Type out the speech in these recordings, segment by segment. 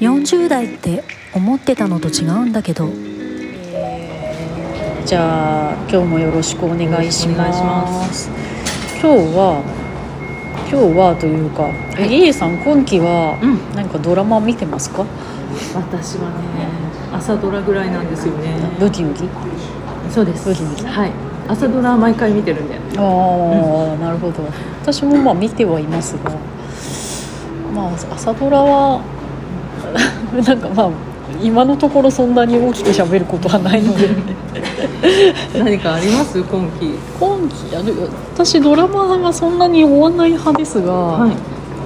40代って思ってたのと違うんだけどじゃあ今日もよろしくお願いします。今日は今日はというか、えリエさん今期はうん何かドラマ見てますか？私はね朝ドラぐらいなんですよねブギウギ。そうですブギウギはい朝ドラは毎回見てるん でああ、なるほど。私もまあ見てはいますが、まあ朝ドラは なんかまあ今のところそんなに大きく喋ることはないの で。何かあります今期今期あの私ドラマはそんなに終わんない派ですが、はい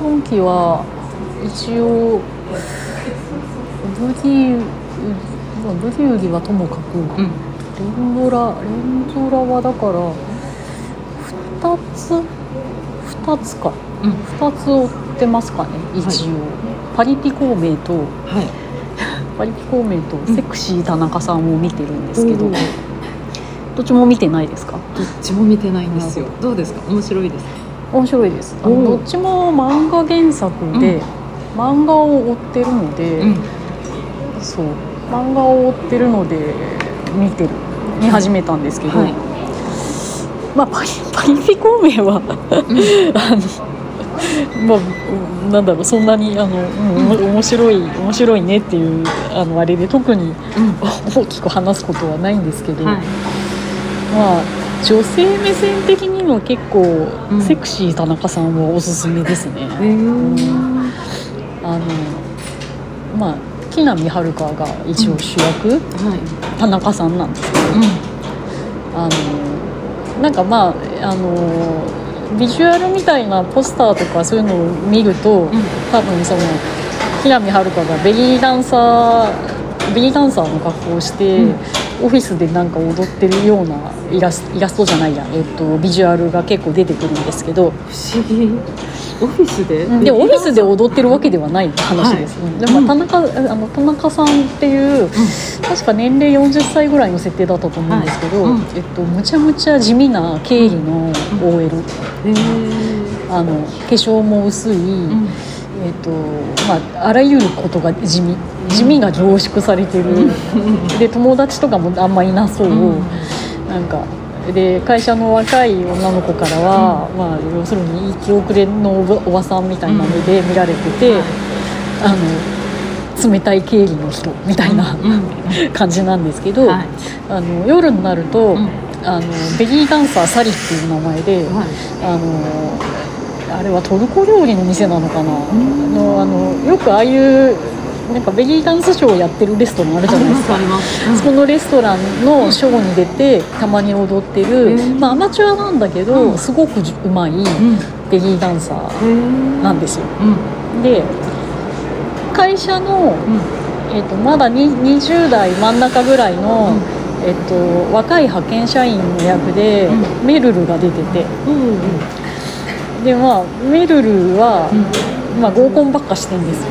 今期は一応ブギウまあブギウギはともかくう連ドんラ連ドラはだから2つ2つかうん2つ追ってますかね一応、パリピ孔明とはいパリピ孔明とセクシー田中さんを見てるんでですけど、どっどっちも見てないですかちも見てないんですよどうですか面白いですか面白いですあのおうどっちも漫画原作で、うん漫画を追ってるので、うんそう漫画を追ってるので見てる見始めたんですけど、はいまあ、パリパリピ孔明は あの、まあうん、なんだろうそんなにあの、うんおも面白い面白いねっていうあのあれで特にう大きく話すことはないんですけど、んはいまあ女性目線的には結構、うんセクシー田中さんはおすすめですね。えーあのまあ木南遥が一応主役、はい田中さんなんですけどあのなんかまああのビジュアルみたいなポスターとかそういうのを見ると、うん多分その木南遥がベリーダンサーベリーダンサーの格好をして、うんオフィスでなんか踊ってるようなイラスイラストじゃないや、えっと、ビジュアルが結構出てくるんですけど、不思議オフィスででオフィスで踊ってるわけではない話です、うんでもまあ田中、あの田中さんっていう、確か年齢40歳ぐらいの設定だったと思うんですけど、はいうんえっと、むちゃむちゃ地味な経理の OL、えーあの化粧も薄い、うんえっとまあ、あらゆることが地味地味が凝縮されてる、で友達とかもあんまいなそう、うんなんかで会社の若い女の子からは、まあ、要するに生き遅れのおばおばさんみたいな目で見られてて、あの冷たい経理の人みたいな、うん感じなんですけど、はいあの夜になると、んあのベリーダンサーサリっていう名前で。はいあのあれはトルコ料理の店なのかな、のあのよくああいうなんかベリーダンスショーをやってるレストランあるじゃあなりいでますすかありますそこのレストランのショーに出てたまに踊ってる、うんまあ、アマチュアなんだけど、すごくじうまいうんベリーダンサーうんなんですようんで会社の、うんえっとまだに20代真ん中ぐらいの、えっと若い派遣社員の役で、うメルルが出ててうんうんでまあメルルは、うんまあ、合コンばっかしてんですよ、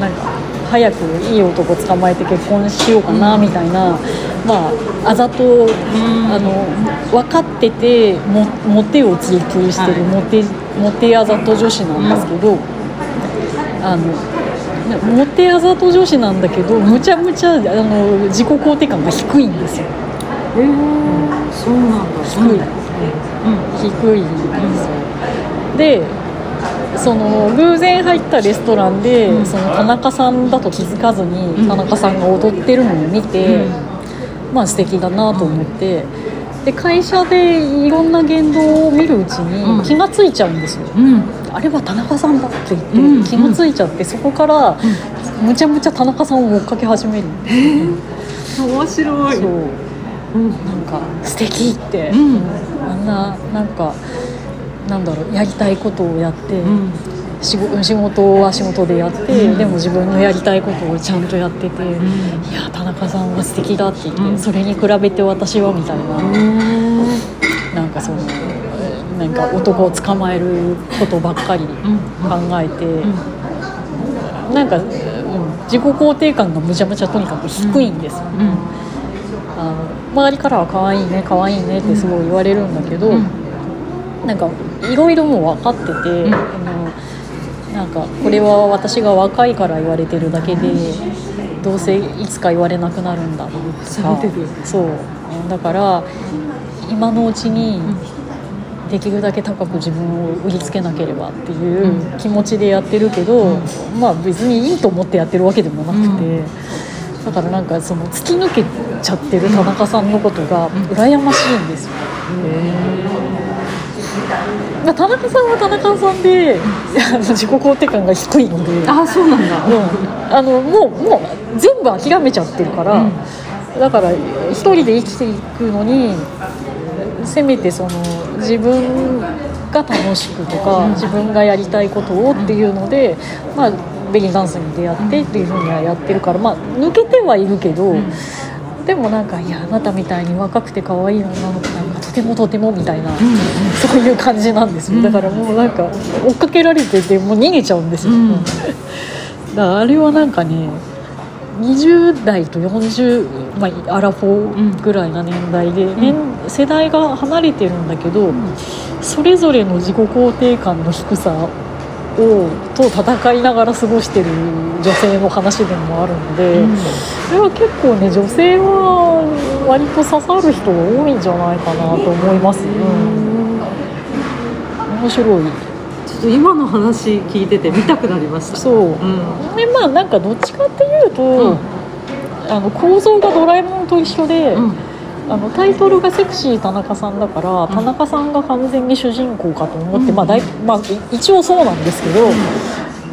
なんか早くいい男捕まえて結婚しようかなみたいな、まああざと、あの分かっててもモテを追求してる、モテモテあざと女子なんですけど、あのモテあざと女子なんだけどむちゃむちゃあの自己肯定感が低いんですよえー、そうなんだ。低い。低いんですよでその偶然入ったレストランで、その田中さんだと気づかずに、田中さんが踊ってるのを見て、まあ素敵だなと思って、で会社でいろんな言動を見るうちうにん気がついちゃうんですよ、うん。うん。あれは田中さんだって言って、うん気がついちゃってそこから、むちゃむちゃ田中さんを追っかけ始めるんです面白い。よ、うん。なんか素敵って、うん。あんななんかなんだろうやりたいことをやって、うん。仕事仕事は仕事でやって、でも自分のやりたいことをちゃんとやってて、いや田中さんは素敵だって言って、うんそれに比べて私はみたいな、なんかそのえーなんか男を捕まえることばっかり考えて、なんか、うん、自己肯定感がむちゃむちゃとにかく低いんですよ、うん。あの周りからは可愛いね可愛いねってすごい言われるんだけど、うんなんかいろいろもう分かってて、あのなんかこれは私が若いから言われてるだけでどうせいつか言われなくなるんだと攻かめてるそうだから今のうちにできるだけ高く自分を売りつけなければっていう気持ちでやってるけど、まあ別にいいと思ってやってるわけでもなくて、だからなんかその突き抜けちゃってる田中さんのことが羨ましいんですよ。まあ田中さんは田中さんで、あの 自己肯定感が低いので。ああそうなんだ、うんあのもうもう全部諦めちゃってるから、うんだから一人で生きていくのにせめてその自分が楽しくとか、自分がやりたいことをっていうので、まあ、ベリーダンスに出会ってっていうふうにはやってるから、まあ、抜けてはいるけど。でもなんかいやあなたみたいに若くて可愛い女の子なんかとてもとてもみたいな、そういう感じなんですよ、だからもうなんか追っかけられててもう逃げちゃうんですよ、うんだからあれはなんかね20代と40、まあ、アラフォーぐらいな年代で、年世代が離れてるんだけど、それぞれの自己肯定感の低さをと戦いながら過ごしてる女性の話でもあるので、うんそれは結構ね女性は割と刺さる人が多いんじゃないかなと思います、うん面白いちょっと今の話聞いてて見たくなりましたそう、うんでまあなんかどっちかっていうと、うんあの構造がドラえもんと一緒で、うんあのタイトルが「セクシー田中さん」だから、田中さんが完全に主人公かと思って、まあ、だいまあい一応そうなんですけど、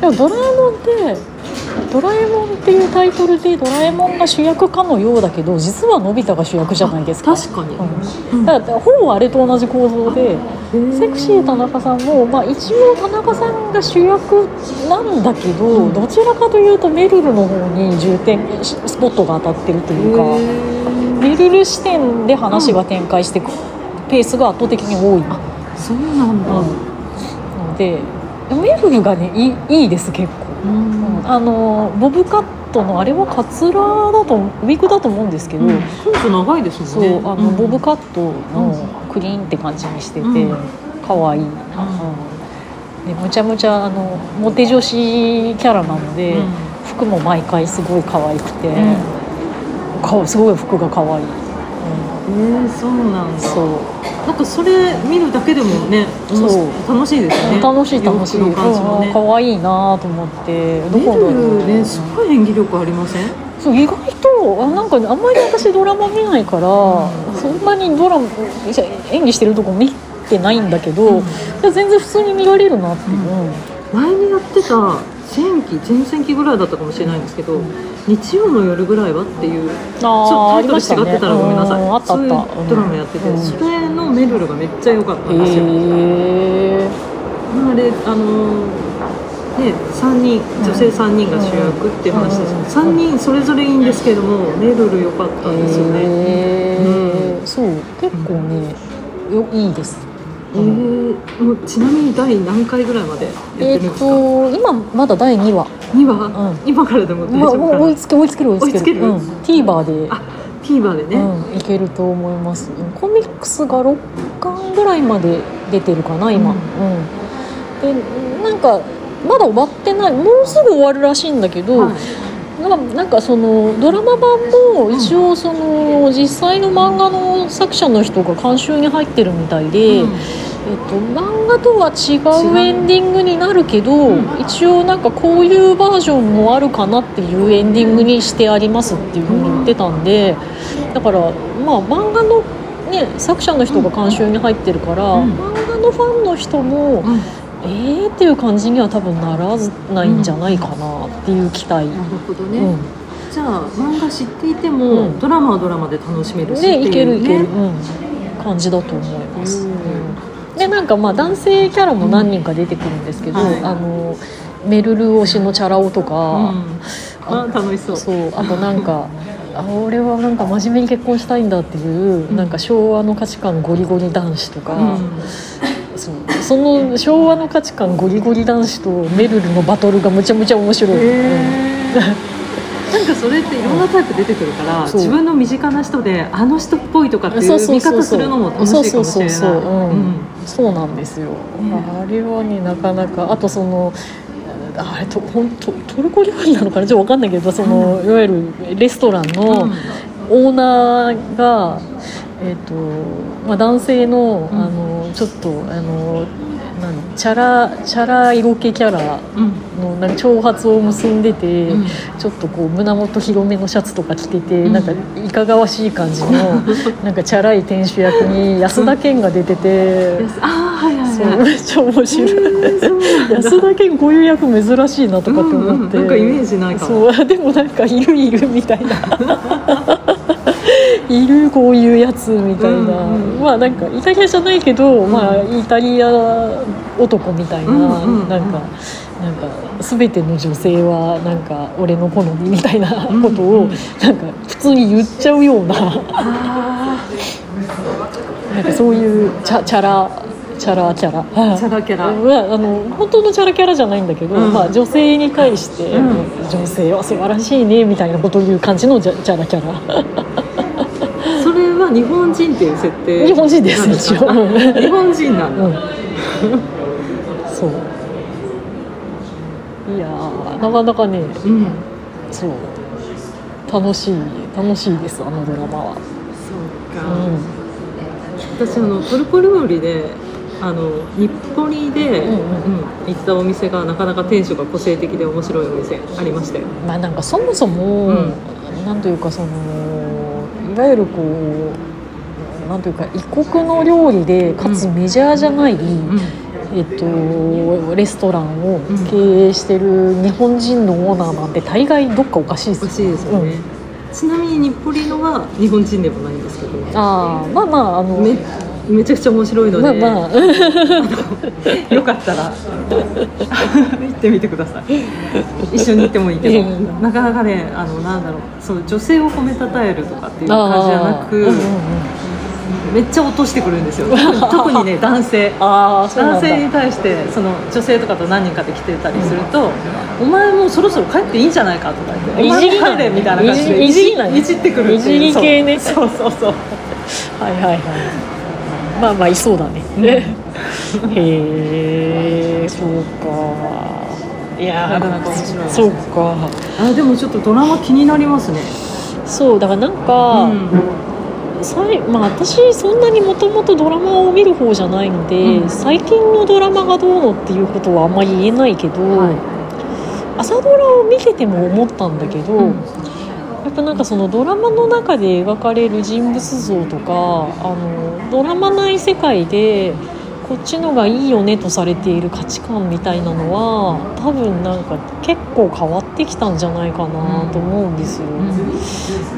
でも「ドラえもん」って「ドラえもん」っていうタイトルでドラえもんが主役かのようだけど実はのび太が主役じゃないですか。確かに、うん、だからほぼあれと同じ構造で、セクシー田中さんも、まあ、一応田中さんが主役なんだけど、どちらかというとめるるの方に重点しスポットが当たってるというかめるる視点で話が展開していくペースが圧倒的に多いそうなんだ、のでめるるがねいいいいです結構。うんあのボブカットのあれはカツラだとウィッグだと思うんですけど、うん、夫婦長いですそもんねうあの、んボブカットのクリーンって感じにしてて、うん可愛いい、うんでむちゃむちゃあのモテ女子キャラなので、うん服も毎回すごい可愛くて、んかすごい服が可愛い、えー、そうなんだそうなんかそれ見るだけでもねそうそう楽しいですね楽しい楽しい、洋うん服の感じもね、可愛いなと思ってどメこだろルうねすごい演技力ありませんそう意外とあなんかあんまり私ドラマ見ないから、そんなにドラマいや演技してるとこ見てないんだけど、いや全然普通に見られるなっていう、前にやってた前期前々期ぐらいだったかもしれないんですけど日曜の夜ぐらいはっていうちあーょあっとタイトりましたルね違ってたらごめんなさい、うんあったあったそういうドラマやってて、うんそれのメルルがめっちゃ良かったんですよ、へーあれあのーね3人女性3人が主役っていう話ですけど、3人それぞれいいんですけどもメルル良かったんですよね、へーうそう結構ね、よいいですえー、もうちなみに第何回ぐらいまでやってえっ、るんですか、と今まだ第2話、 2話、うん今からでも大まあ、丈夫かな、追いつけ追いつける追いつける追いつけるうん、TVer であ TVer でね、うん、いけると思いますコミックスが6巻ぐらいまで出てるかな今、ううんんでなんかまだ終わってないもうすぐ終わるらしいんだけど、はいななんかそのドラマ版も一応その実際の漫画の作者の人が監修に入ってるみたいで、うえんっと、漫画とは違うエンディングになるけど、一応なんかこういうバージョンもあるかなっていうエンディングにしてありますっていうふうに言ってたんでだからまあ漫画の、ね、作者の人が監修に入ってるから、うん漫画のファンの人も、うんえーっていう感じには多分ならずないんじゃないかなっていう期待。なるほどね、うんじゃあ漫画知っていてうも、んドラマはドラマで楽しめるしってね、いう、ね、いけるいける、うん、感じだと思います。でなんかまあ男性キャラも何人か出てくるんですけど、うんはいあのメルル推しのチャラ男とうか、ん、あ楽しそうそうあとなんかあ俺はなんか真面目に結婚したいんだっていう、なんか昭和の価値観ゴリゴリ男子とか、うんそうその昭和の価値観ゴリゴリ男子とメルルのバトルがむちゃむちゃ面白い。へーなんかそれっていろんなタイプ出てくるから、そう自分の身近な人であの人っぽいとかっていう見方するのも楽しいかもしれなそうそいうそうそう、うんうんそうなんですよ、あれはねなかなかあとそのあれと本当トルコ料理なのかなちょっと分かんないけどそのいわゆるレストランのオーナーが、えっとまあ、男性の,、うんあのちょっとあのなんチャラチャラ色気キャラうんのなんか長髪を結んでて、うんちょっとこう胸元広めのシャツとか着てて、うんなんかいかがわしい感じの なんかチャラい店主役に安田顕が出てて。ああはいはいそうはいめっちゃ面白い、そうなんだ安田顕こういう役珍しいなとかってうんう思っんて、なんかイメージないかもそうでもなんかいるいるみたいな いるこういうやつみたいな、うんうんまあなんかイタリアじゃないけど、んまあイタリア男みたいな、うんうんうんなんかなんか全ての女性はなんか俺の好みみたいなことをなんか普通に言っちゃうような。あなんかそういうチャチャラチャラキャラあチャラキャラはあの本当のチャラキャラじゃないんだけど、うんまあ、女性に対して、う女性は素晴らしいねみたいなことを言う感じのチャチャラキャラ それは日本人っていう設定日本人です一応なんですかあ日本人なんだ、うんそういやーなかなかねうんそう楽しい楽しいですあのドラマは、そううか、ん、私あのトルコ料理であの日暮里で、ううんん行ったお店がなかなか店主が個性的で面白いお店ありましたよ、まあなんかそもそも、うんなんというかそのいわゆるこうなんというか異国の料理でかつうメジャーじゃない、うんえっと、レストランをん経営してる日本人のオーナーなんて大概どっかおかしいですおかしいですよね、ちなみに日暮里のは日本人でもないんですけどうんああまあまああのめめちゃくちゃ面白いのまあで、まあうんよか ったら行ってみてください一緒に行ってもいいけどうんなかなかねあのなんだろうそう女性を褒めたたえるとかっていう感じじゃなあーうんく、うんうんめっちゃ落としてくるんですよ特にね男性 あーそうな男んだ性に対してその女性とかと何人かで来てたりすると「お前もうそろそろ帰っていいんじゃないか」とか言って「おいじり前もな帰れ」いみたいな感じでいじりないいじってくるっていういじり系ねそうそうそう そうはいはいはいまあまあいそうだね、へえそうかいやーなかなか面白いですねそうかあでもちょっとドラマ気になりますねそうだからなんか、うんさいまあ、私そんなにもともとドラマを見る方じゃないので、うん最近のドラマがどうのっていうことはあんまり言えないけど、は朝ドラを見てても思ったんだけど、うんやっぱなんかそのドラマの中で描かれる人物像とかあのドラマ内世界でこっちのがいいよねとされている価値観みたいなのは多分なんか結構変わってきたんじゃないかなと思うんですよ。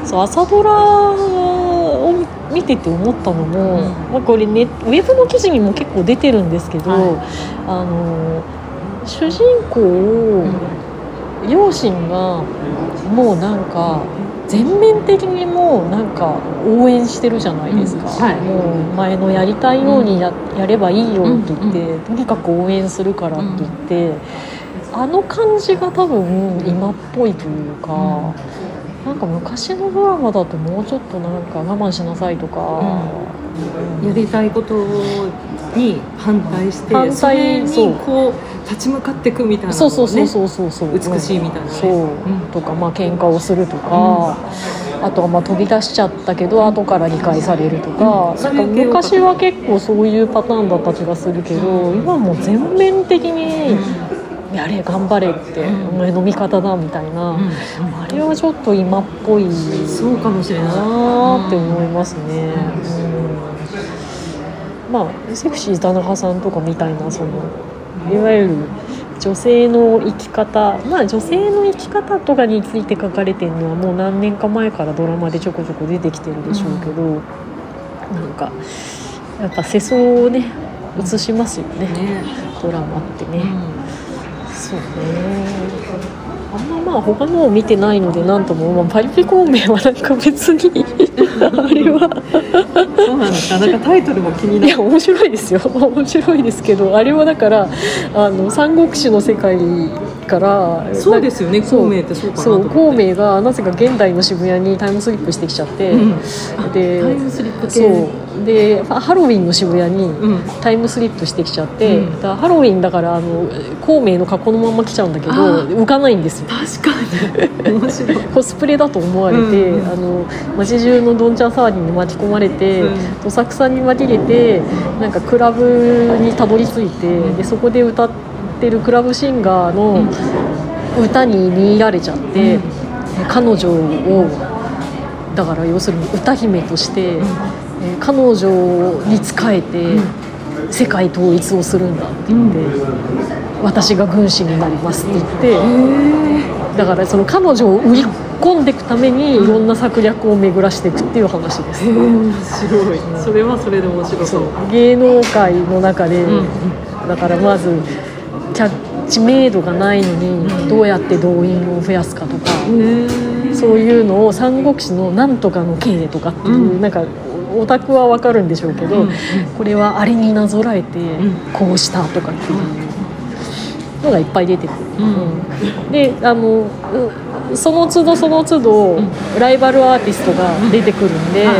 そう朝ドラを見てて思ったのも、うんまあ、これねウェブの記事にも結構出てるんですけど、はいあの主人公を両親がもうなんか全面的にもうなんか応援してるじゃないですか、うんはいもう前のやりたいようにや,、やればいいよって言って、とにかく応援するからって言って。あの感じが多分今っぽいというか、なんか昔のドラマだともうちょっとなんか我慢しなさいとか、やりたいことに反対して反対それにそうこう立ち向かっていくみたいなのそうそうもそうねそうそうそう、美しいみたいなねそう、うんとかまあ喧嘩をするとか、あとはまあ飛び出しちゃったけど後から理解されるとか、うんなんか昔は結構そういうパターンだった気がするけど今はもう全面的に「やれ頑張れ」って「お前の味方だ」みたいな、うんあれはちょっと今っぽいそうかもしれないなーって思いますね。うんまあセクシー田中さんとかみたいなそのいわゆる女性の生き方まあ女性の生き方とかについて書かれてるのはもう何年か前からドラマでちょこちょこ出てきてるでしょうけど、なんかやっぱ世相をね映しますよね、ねドラマってね。うそうね。あんままあ他のを見てないのでなんとも、まあ、パリピ孔明はなんか別にあれはんそうなんですかなんかタイトルも気にいなるや面 白いですよ面白いですけどあれはだからあの三国志の世界からそうですよねそう孔明ってそうかなとそ思っうて孔明がなぜか現代の渋谷にタイムスリップしてきちゃって、うんでタイムスリップ系そうでまあハロウィンの渋谷にうんタイムスリップしてきちゃって、うんだからハロウィンだからあの孔明の格好のまんま来ちゃうんだけどあー浮かないんですよ確かに面白いコスプレだと思われて、うんあの街中のどんちゃん騒ぎに巻き込まれて、うんどさくさに紛れてなんかクラブにたどり着いて、うんでそこで歌ってるクラブシンガーの歌に見入られちゃって、うん彼女をだから要するに歌姫として、んえー彼女に仕えて、世界統一をするんだって言って、私が軍師になりますって言って。だからその彼女を売り込んでいくためにいろんな策略を巡らしていくっていう話でへえす。面白いそれはそれで面白そう芸能界の中で、んだからまずキャッチメイドがないのにどうやって動員を増やすかとか、ねそういうのを「三国志のなんとかの経営」とかっていう、うんなんかオタクはわかるんでしょうけど、うんこれはあれになぞらえてんこうしたとかっていうのがいっぱい出てくる。うんであのうその都度その都度、ライバルアーティストが出てくるんで、は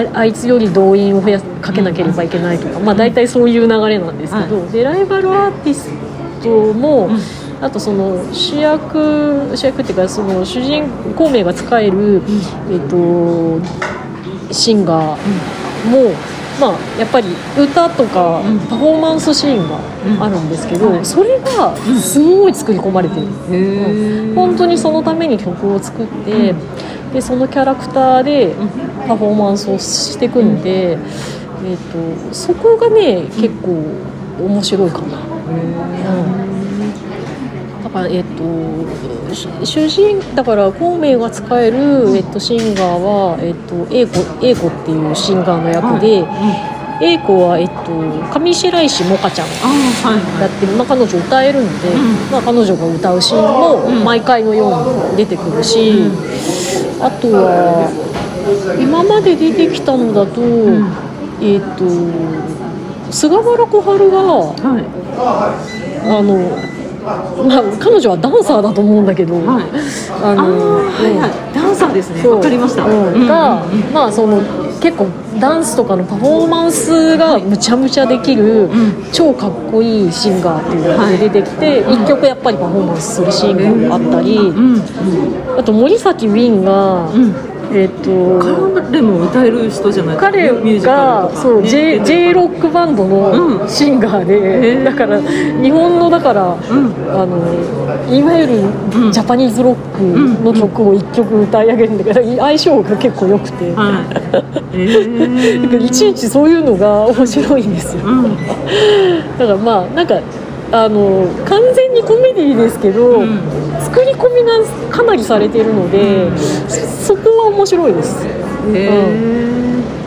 いああいつより動員を増やかけなければいけないとか、まあ、大体そういう流れなんですけど、でライバルアーティストも、あとその主役主役っていうかその主人公名が使える、えっとシンガーも、まあ、やっぱり歌とかうんパフォーマンスシーンがあるんですけど、はいそれがすごい作り込まれてる、へえ本当にそのために曲を作って、でそのキャラクターでパフォーマンスをしていくんで、えっとそこがね結構面白いかな。だからえっとし主人だから孔明が使える、えっと、シンガーは、えっと、英子英子っていうシンガーの役で、英子は、えっと、上白石萌歌ちゃんああはいだって、まあ、彼女歌えるので、んまあ、彼女が歌うシーンも毎回のように出てくるし、あとは今まで出てきたのだと、えっと菅原小春が。はいあの、まあ、彼女はダンサーだと思うんだけど、はいあああのはいはいダンサーですねそうわかりましたうんうんが、まあその結構ダンスとかのパフォーマンスがむちゃむちゃできる、超かっこいいシンガーっていうのが出てきて、一曲やっぱりパフォーマンスするシーンがあったり、うんあと森崎ウィンが、んえっと。彼も歌える人じゃない彼ミュージカルがとかそう、ね J, J ロックバンドうのんシンガーで、へーだから日本のだから、んあのいわゆるんジャパニーズロックの曲を1曲歌い上げるんだけど相性が結構良くて、はいええだからいちいちそういうのが面白いんですようんだからまあなんかあの完全にコメディですけど、ん作り込みがかなりされてるので、そそこは面白いですへえ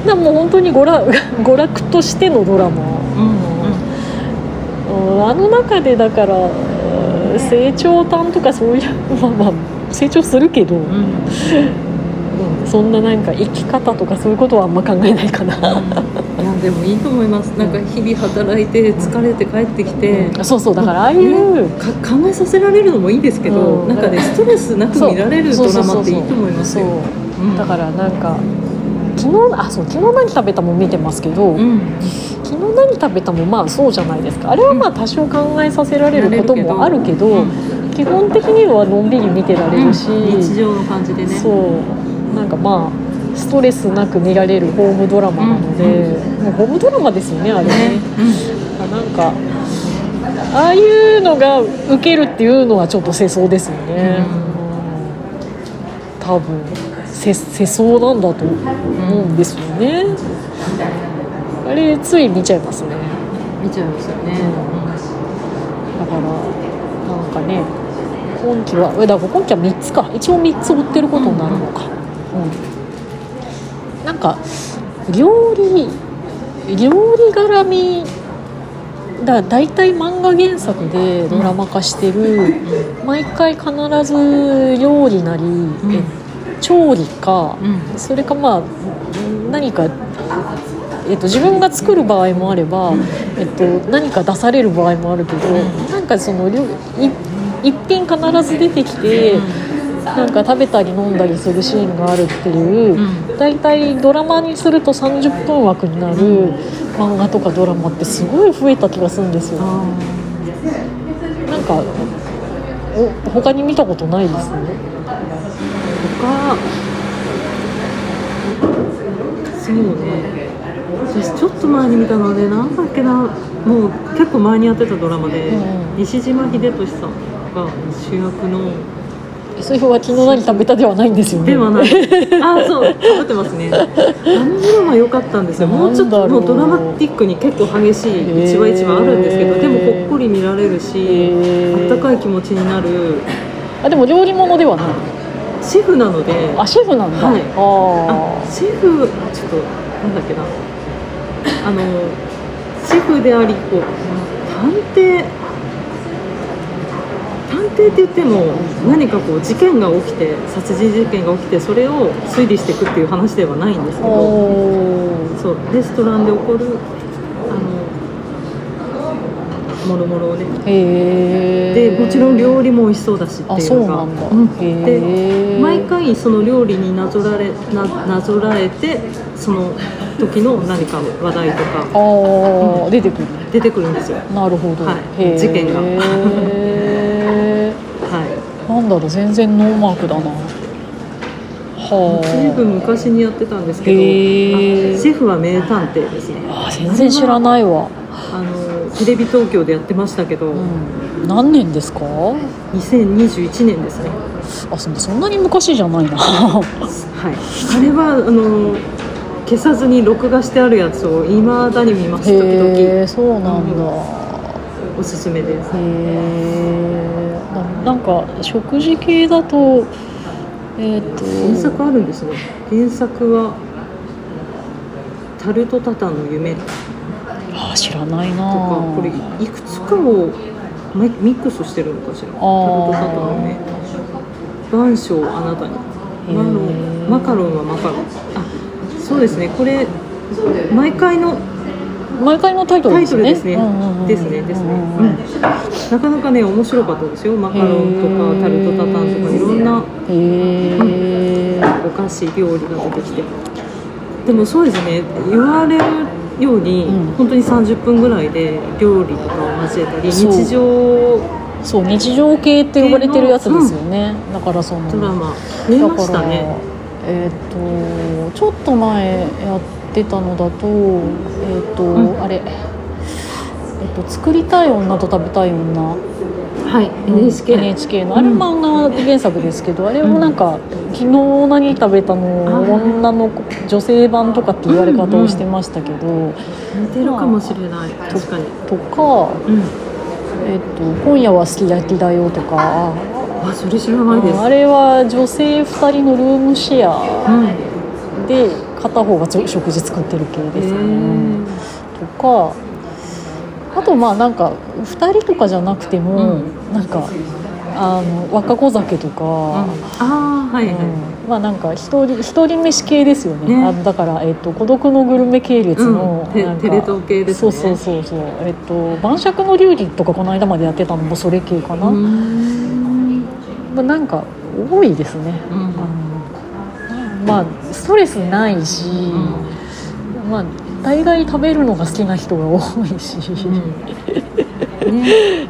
でもう本当に娯楽 娯楽としてのドラマうんうんうんあの中でだからうん成長端とかそういう まあまあ成長するけど、うんそんななんか生き方とかそういうことはあんま考えないかな、いやでもいいと思いますなんか日々働いて疲れて帰ってきて、 そうそうだからああいう、か考えさせられるのもいいですけど、うんなんかねストレスなく見られるそうドラマっていいと思いますそうようんだからなんか昨日あそう昨日何食べたも見てますけど、うん昨日何食べたもまあそうじゃないですかあれはまあ多少考えさせられることもあるけど、基本的にはのんびり見てられるし、日常の感じでねそうなんかまあストレスなく見られるホームドラマなので、もうホームドラマですよねあれねね、なんかああいうのが受けるっていうのはちょっと世相ですよね、多分世世相なんだと思うんですよね、あれつい見ちゃいますね見ちゃいますよね、だからなんかね今期はえだから今期は3つか一応3つ追ってることになるのか、うんなんか料理料理絡みだ大体漫画原作でドラマ化してる、毎回必ず料理なり、え調理か、うそれかまあ何か、えっと、自分が作る場合もあれば、えっと、何か出される場合もあるけど、なんかその料い一品必ず出てきて、なんか食べたり飲んだりするシーンがあるっていう、う大体ドラマにすると30分枠になる漫画とかドラマってすごい増えた気がするんですよ。なんかお他に見たことないですね。他そうね私ちょっと前に見たのはねなんだっけなもう結構前にやってたドラマで、うん西島秀俊さんが主役のそれは昨日何食べたではないんですよね。ではないあそうかぶってますねあのドラマ良かったんですよもうちょっなとんだろもううドラマティックに結構激しい一話一話あるんですけへどーでもほっこり見られるしへーあったかい気持ちになるあでも料理物ではない。シェフなのであシェフなんだ。はいああシェフちょっとなんだっけなあのシェフでありこう探偵探偵って言っても何かこう事件が起きて殺人事件が起きてそれを推理していくっていう話ではないんですけあ。どおーそうレストランで起こるあのもろもろをねへえでもちろん料理も美味しそうだしってあいそううのながんだ、うんへえ毎回その料理になぞられななぞらえてその時の何か話題とあかー出てくる出てくるんですよなるほど、はいへえ事件がへはえ なんだろう全然ノーマークだない随は分昔にやってたんですけどへあーシェフは名探偵ですねああー全然知らないわ、あのテレビ東京でやってましたけど、うん、何年ですか2021年ですねあそそんなに昔じゃないなはいあれはあの消さずに録画してあるやつをいまだに見ます 時へ々えそうなんだ、うおすすめですへえななんか食事系だとえっ、と原作あるんですね原作は「タルトタタンの夢」とかあー知らないなーこれいくつかをミミックスしてるのかしら「タルートタタンの夢」「願書をあなたに」へーマロン「マカロンはマカロン」あそうですねこれ毎回の毎回のタイトルタイですトルねですねうんうんうんですねですね、うんうんなかなかね面白かったですよマカロンとへーかタルトタタンとかいろんなへえお菓子料理が出てきてでもそうですね言われるように、うん本当に30分ぐらいで料理とかを交えたりそう日常そう日常系って呼ばれてるやつですよね、だからそのドラマ増えましだたからねえっ、とちょっと前やってたのだとえっ、と、うんあれえっと、作りたい女と食べたい女はい NHK、 NHK のあれうん漫画原作ですけど、あれもなんか「昨日何食べたのあー女の子女性版」とかって言われ方をしてましたけど、似てるかもしれない確かに、とか、うん、えっと「今夜はすき焼きだよ」とかあそれ知らないですあれは女性2人のルームシェアうんで片方がちょ食事作ってる系えですね。とかあとまあなんか2人とかじゃなくても、なんかあの若子酒とか。ああはいはい、うんまあなんか一人一人飯系ですよねねあのだから、えっと孤独のグルメ系列の、うんてなんかテレ東系ですねそうそうそうそうえっ、と晩酌の料理とかこの間までやってたのもそれ系かな、うーんまあ、なんか多いですね、うんあのまあストレスないし、まあ大概食べるのが好きな人が多いし、うんね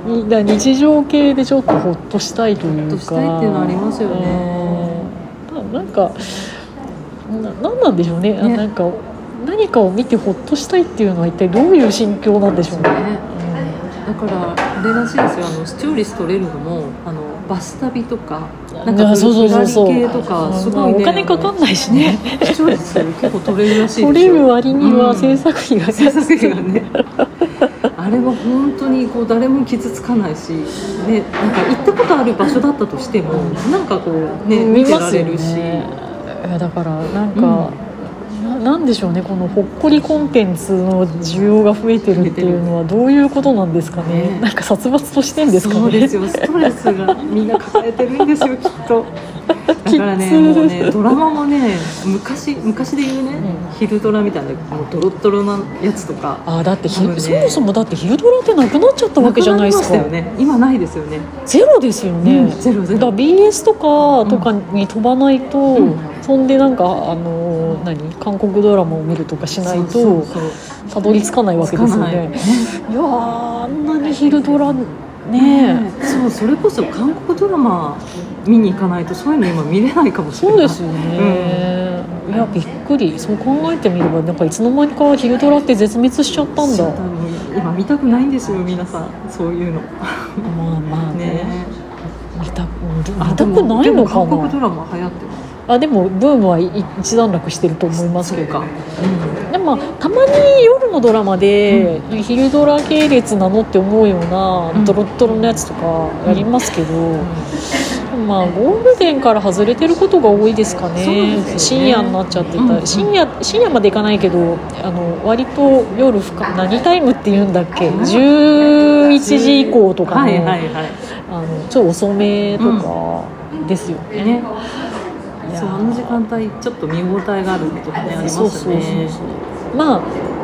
にだから日常系でちょっとほっとしたいというかほっとしたいっていうのありますよねうんただなんかななんなんでしょうねあねなんか何かを見てほっとしたいっていうのは一体どういう心境なんでしょうねねだからあれらしいですよあの視聴率取れるのもあのバス旅とかなんかそうそうそうそう日帰り系とかすごい、まあねお金かかんないしね視聴率結構取れるらしい取ですれよる割にうはん制作費が制作安い費がねあれは本当にこう誰も傷つかないし、ね、なんか行ったことある場所だったとしてもなんかこうね見見てまらすれよるし、ねいやだからなんか、ななんでしょうねこのほっこりコンテンツの需要が増えてるっていうのはどういうことなんですかねねなんか殺伐としてんですかねそうですよストレスがみんな抱えてるんですよきっとだからねもうねドラマもね昔昔で言うね、昼ドラみたいなもうドロッドロなやつとかあーだってひ多分ねそもそもだって昼ドラってなくなっちゃったわけじゃないですかくりましたよね今ないですよねゼロですよね、うんゼロゼロだから BS とかとかに飛ばないと、んそんでなんかあのー何韓国ドラマを見るとかしないそうとそうそうたどり着かないわけですよねいやーあんなに昼ドラねねそうそれこそ韓国ドラマ見に行かないとそういうの今見れないかもしれそうなでいすよね、いやびっくりそう考えてみればなんかいつの間にか昼ドラって絶滅しちゃったんだそう多分今見たくないんですよ皆さんそういうのまあまあねね見たあ見たくないのかでも韓国なドラマ流行ってますあでもブームはい一段落してると思いますけそうどかでもたまに夜のドラマで、昼ドラ系列なのって思うような、うんドロッドロのやつとかやりますけど、まあゴールデンから外れてることが多いですかねそうですよ深ね夜になっちゃってた、うん深夜深夜までいかないけどあの割と夜深何タイムって言うんだっけ11時以降とかはの,、いはいはいあのちょっと遅めとかですよね。ねいやーそうあの時間帯ちょっと見応えがあるとかねありますそうそうそうねそうまあ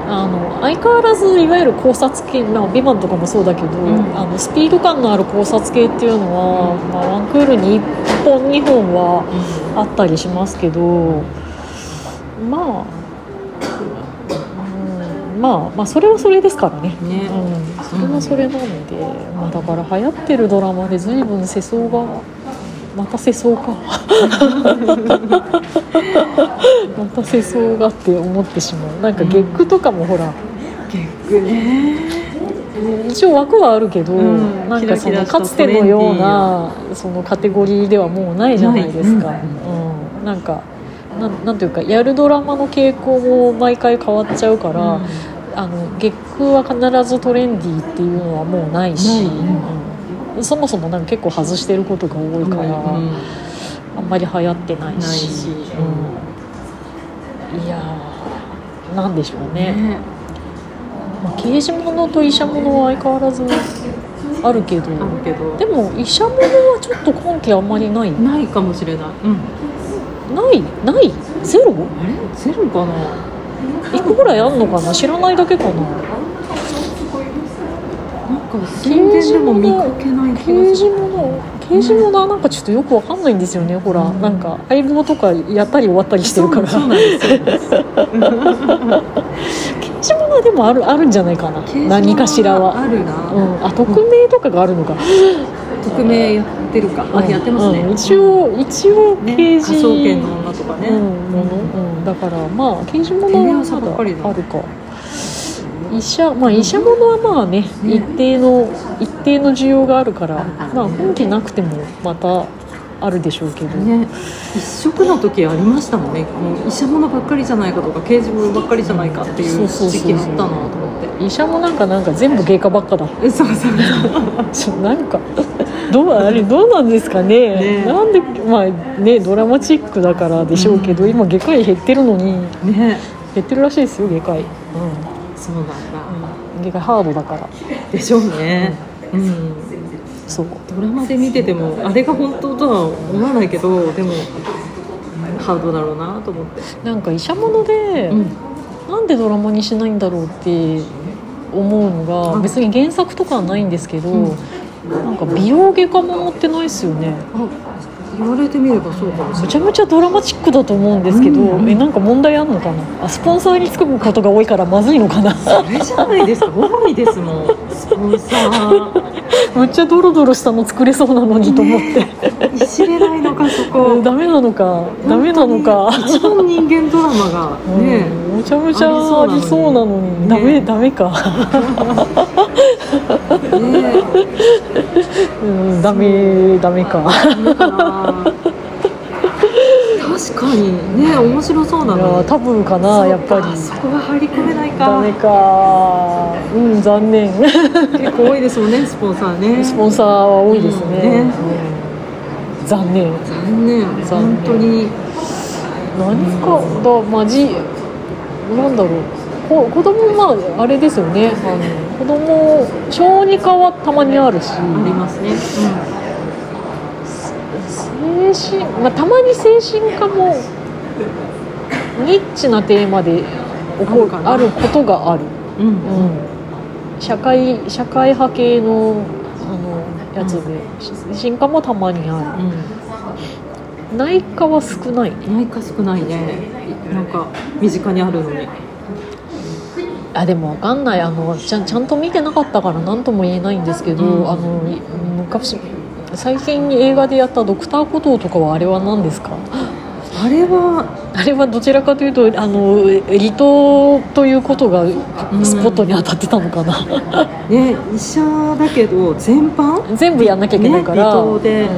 あの相変わらずいわゆる考察系、まあ、ビバンとかもそうだけど、んあのスピード感のある考察系っていうのは、まあ、ワンクールに1本2本はあったりしますけどまあ、うん、まあまあそれはそれですからね、ねうん、それはそれなので、まあ、だから流行ってるドラマで随分世相がまた世相か また世相がって思ってしまうなんか月句とかもほら、うんね一応枠はあるけど、うんなんかそキラのキラしたかつてのようなそのカテゴリーではもうないじゃないですか、ないうんなんかなんなんていうかやるドラマの傾向も毎回変わっちゃうから、うんあの月空は必ずトレンディーっていうのはもうないし、ないねうんそもそもなんか結構外してることが多いから、うんあんまり流行ってないないししうんいやーなんでしょうね、ねまあ、刑事物と医者物は相変わらずあるけどあるけどでも医者物はちょっと今期あんまりないないかもしれない、うん、ないないゼロあれゼロかないくぐらいあんのかな知らないだけかななんか宣伝でも見かけない気刑がす事る物刑事物はなんかちょっとよくわかんないんですよねほら、うんなんか相棒とかやったり終わったりしてるからそうそうなんですよ刑事物はでもあるあるんじゃないかな刑事物何かしらは。あるうな、ん、あ匿名とかがあるのか、匿名やってるか、あやってますね、うん一応一応ね刑科事捜研の女とかね、うんうもの、うん、だからまあ刑事物はまテレ朝ばっかりだだあるか医者まあ医者物はまあねね一定の一定の需要があるからからねまあ今期なくてもまたあるでしょうけど、ね、一色の時ありましたもんねもう医者物ばっかりじゃないかとか刑事物ばっかりじゃないかっていそううそうそうそう時期あったなと思って医者もなんかなんか全部外科ばっかだ えそうそうちょなんかどうあれどうなんですかねねなんでまあねドラマチックだからでしょうけど、今外科医減ってるのにね減ってるらしいですよ外科医、そうなんだ、うん、外科医ハードだからでしょうねうんそうドラマで見ててもあれが本当とは思わないけどでもハードだろうなと思って、なんか医者物で、なんでドラマにしないんだろうって思うのがあ別に原作とかはないんですけど、うんなんか美容外科ものってないですよねあ言われてみればそうかもめしれないちゃめちゃドラマチックだと思うんですけど、うんえなんか問題あんのかなあスポンサーにつくことが多いからまずいのかな あれじゃないですか多いですもんスポンサーめっちゃドロドロしたの作れそうなのにと思って、いじれないのかそこダメなのかダメなのか本当に一番人間ドラマがね、うん、めちゃめちゃありそうなのにねダメダメか、ねうん、ダメダメかだから確かにね面白そうないやのーにタブーかなやっぱりそこが入り込めないダかメかうん残念 結構多いですもんねスポンサーねスポンサーは多いですね,、うんねうん残念残念残念本当に何かだまじなんだろうこ子供まああれですよねあの子供小児科はたまにあるしありますね、す精神、まあ、たまに精神科もニッチなテーマで起こあるるかなあることがある、うんうん、社会社会派系のあのやつで、精神科もたまにある内科は少ないね内科少ないねなんか身近にあるのにあでもわかんないあのちゃんちゃんと見てなかったから何とも言えないんですけど、うんあの昔最近映画でやった「ドクターコトー」とかはあれは何ですか あれはあれはどちらかというとあの離島ということがスポットに当たってたのかな、 ね医者だけど全般全部やんなきゃいけないから、ね離島でうんま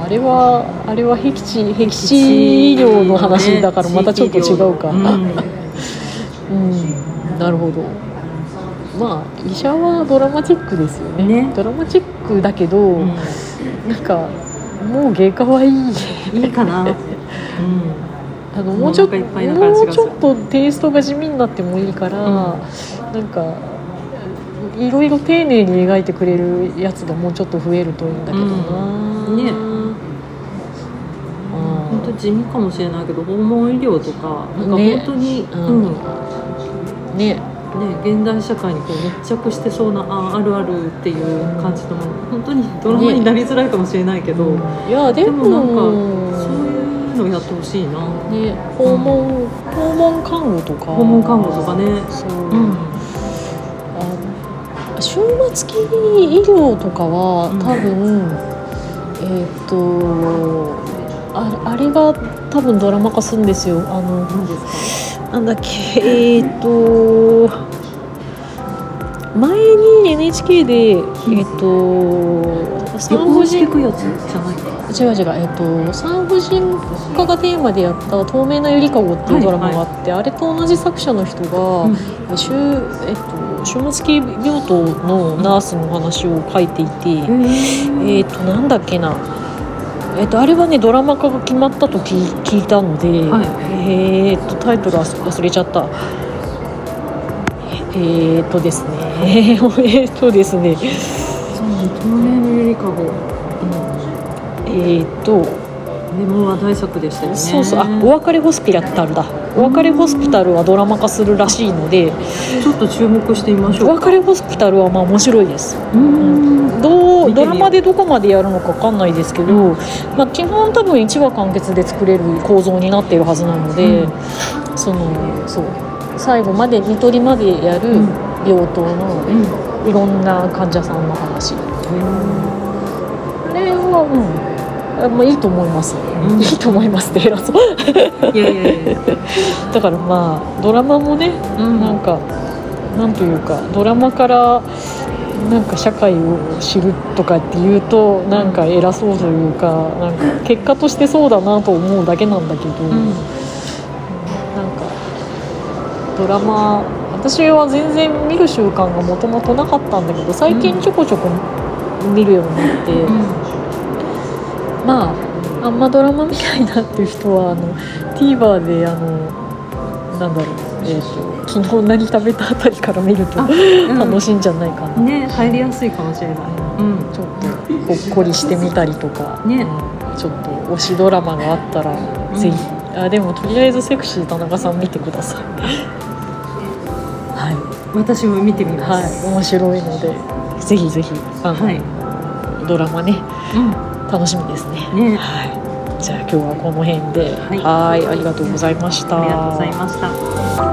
あ、あれはあれは僻地僻地医療の話だからまたちょっと違うか、うんうん、なるほど。まあ医者はドラマチックですよね。ねドラマチックだけど、なんかもう外科はい い。いいか な、うん、あのもうちょっとお腹いっぱいな感もじうがすちるょっとテイストが地味になってもいいから、うんなんかいろいろ丁寧に描いてくれるやつがもうちょっと増えるといいんだけどな。うんねうん本当地味かもしれないけど訪問医療とかなんかね本当に、ううんんねね、現代社会にこう密着してそうなああるあるっていう感じのもの本当にドラマになりづらいかもしれないけど、いやででももなんかそういうのやってほしいなね訪問訪問看護とか訪問看護とかねそううんあ終末期医療とかはうん多分、えーっとああれが多分ドラマ化するんですよあの何ですなんだっけえーっと前に NHK でえーっとか産旅行婦して人くやつじゃないか違う違う、えっと、産婦人科がテーマでやった「透明なゆりかご」っていうドラマがあって、あれと同じ作者の人が、うん週えっと、終末期病棟のナースの話を書いていて、えっとなんだっけな、えっと、あれはねドラマ化が決まったと聞聞いたので、えっとタイトルは忘れちゃった。えっとですね、 えっとですね、そう透明のゆりかご、えっと、でも話題作でしたよねそうそうあお別れホスピタルだお別れホスピタルはドラマ化するらしいのでちょっと注目してみましおょうか別れホスピタルはまあ面白いですうんどう見てドみようラマでどこまでやるのか分かんないですけど、まあ、基本多分1話完結で作れる構造になっているはずなので、そのそう最後まで看取りまでやるうん病棟のうんいろんな患者さんの話これはうんあまあいいと思います、うんいいと思いますって偉そういやいやいや、だからまあドラマもねうんなんかなんというかドラマからなんか社会を知るとかっていうとなんか偉そうというかなんか結果としてそうだなと思うだけなんだけど、うんなんかドラマ私は全然見る習慣がもともとなかったんだけど最近ちょこちょこ見るようになって、まああんまドラマ見ないなっていう人はあの TVer であのなんだろう、えー、と昨日何食べたあたりから見るとあ楽しいんじゃないかな、ね入りやすいかもしれない、うんちょっとほっこりしてみたりとか、ねうんちょっと推しドラマがあったらんぜひ、あでもとりあえずセクシー田中さん見てくださいは私も見てみい、はますい、面白いのでぜひぜひあの、はい、ドラマねう楽しみですねん、ねはい、じゃあ今日はこの辺で、いはい、ありがとうございました。ありがとうございました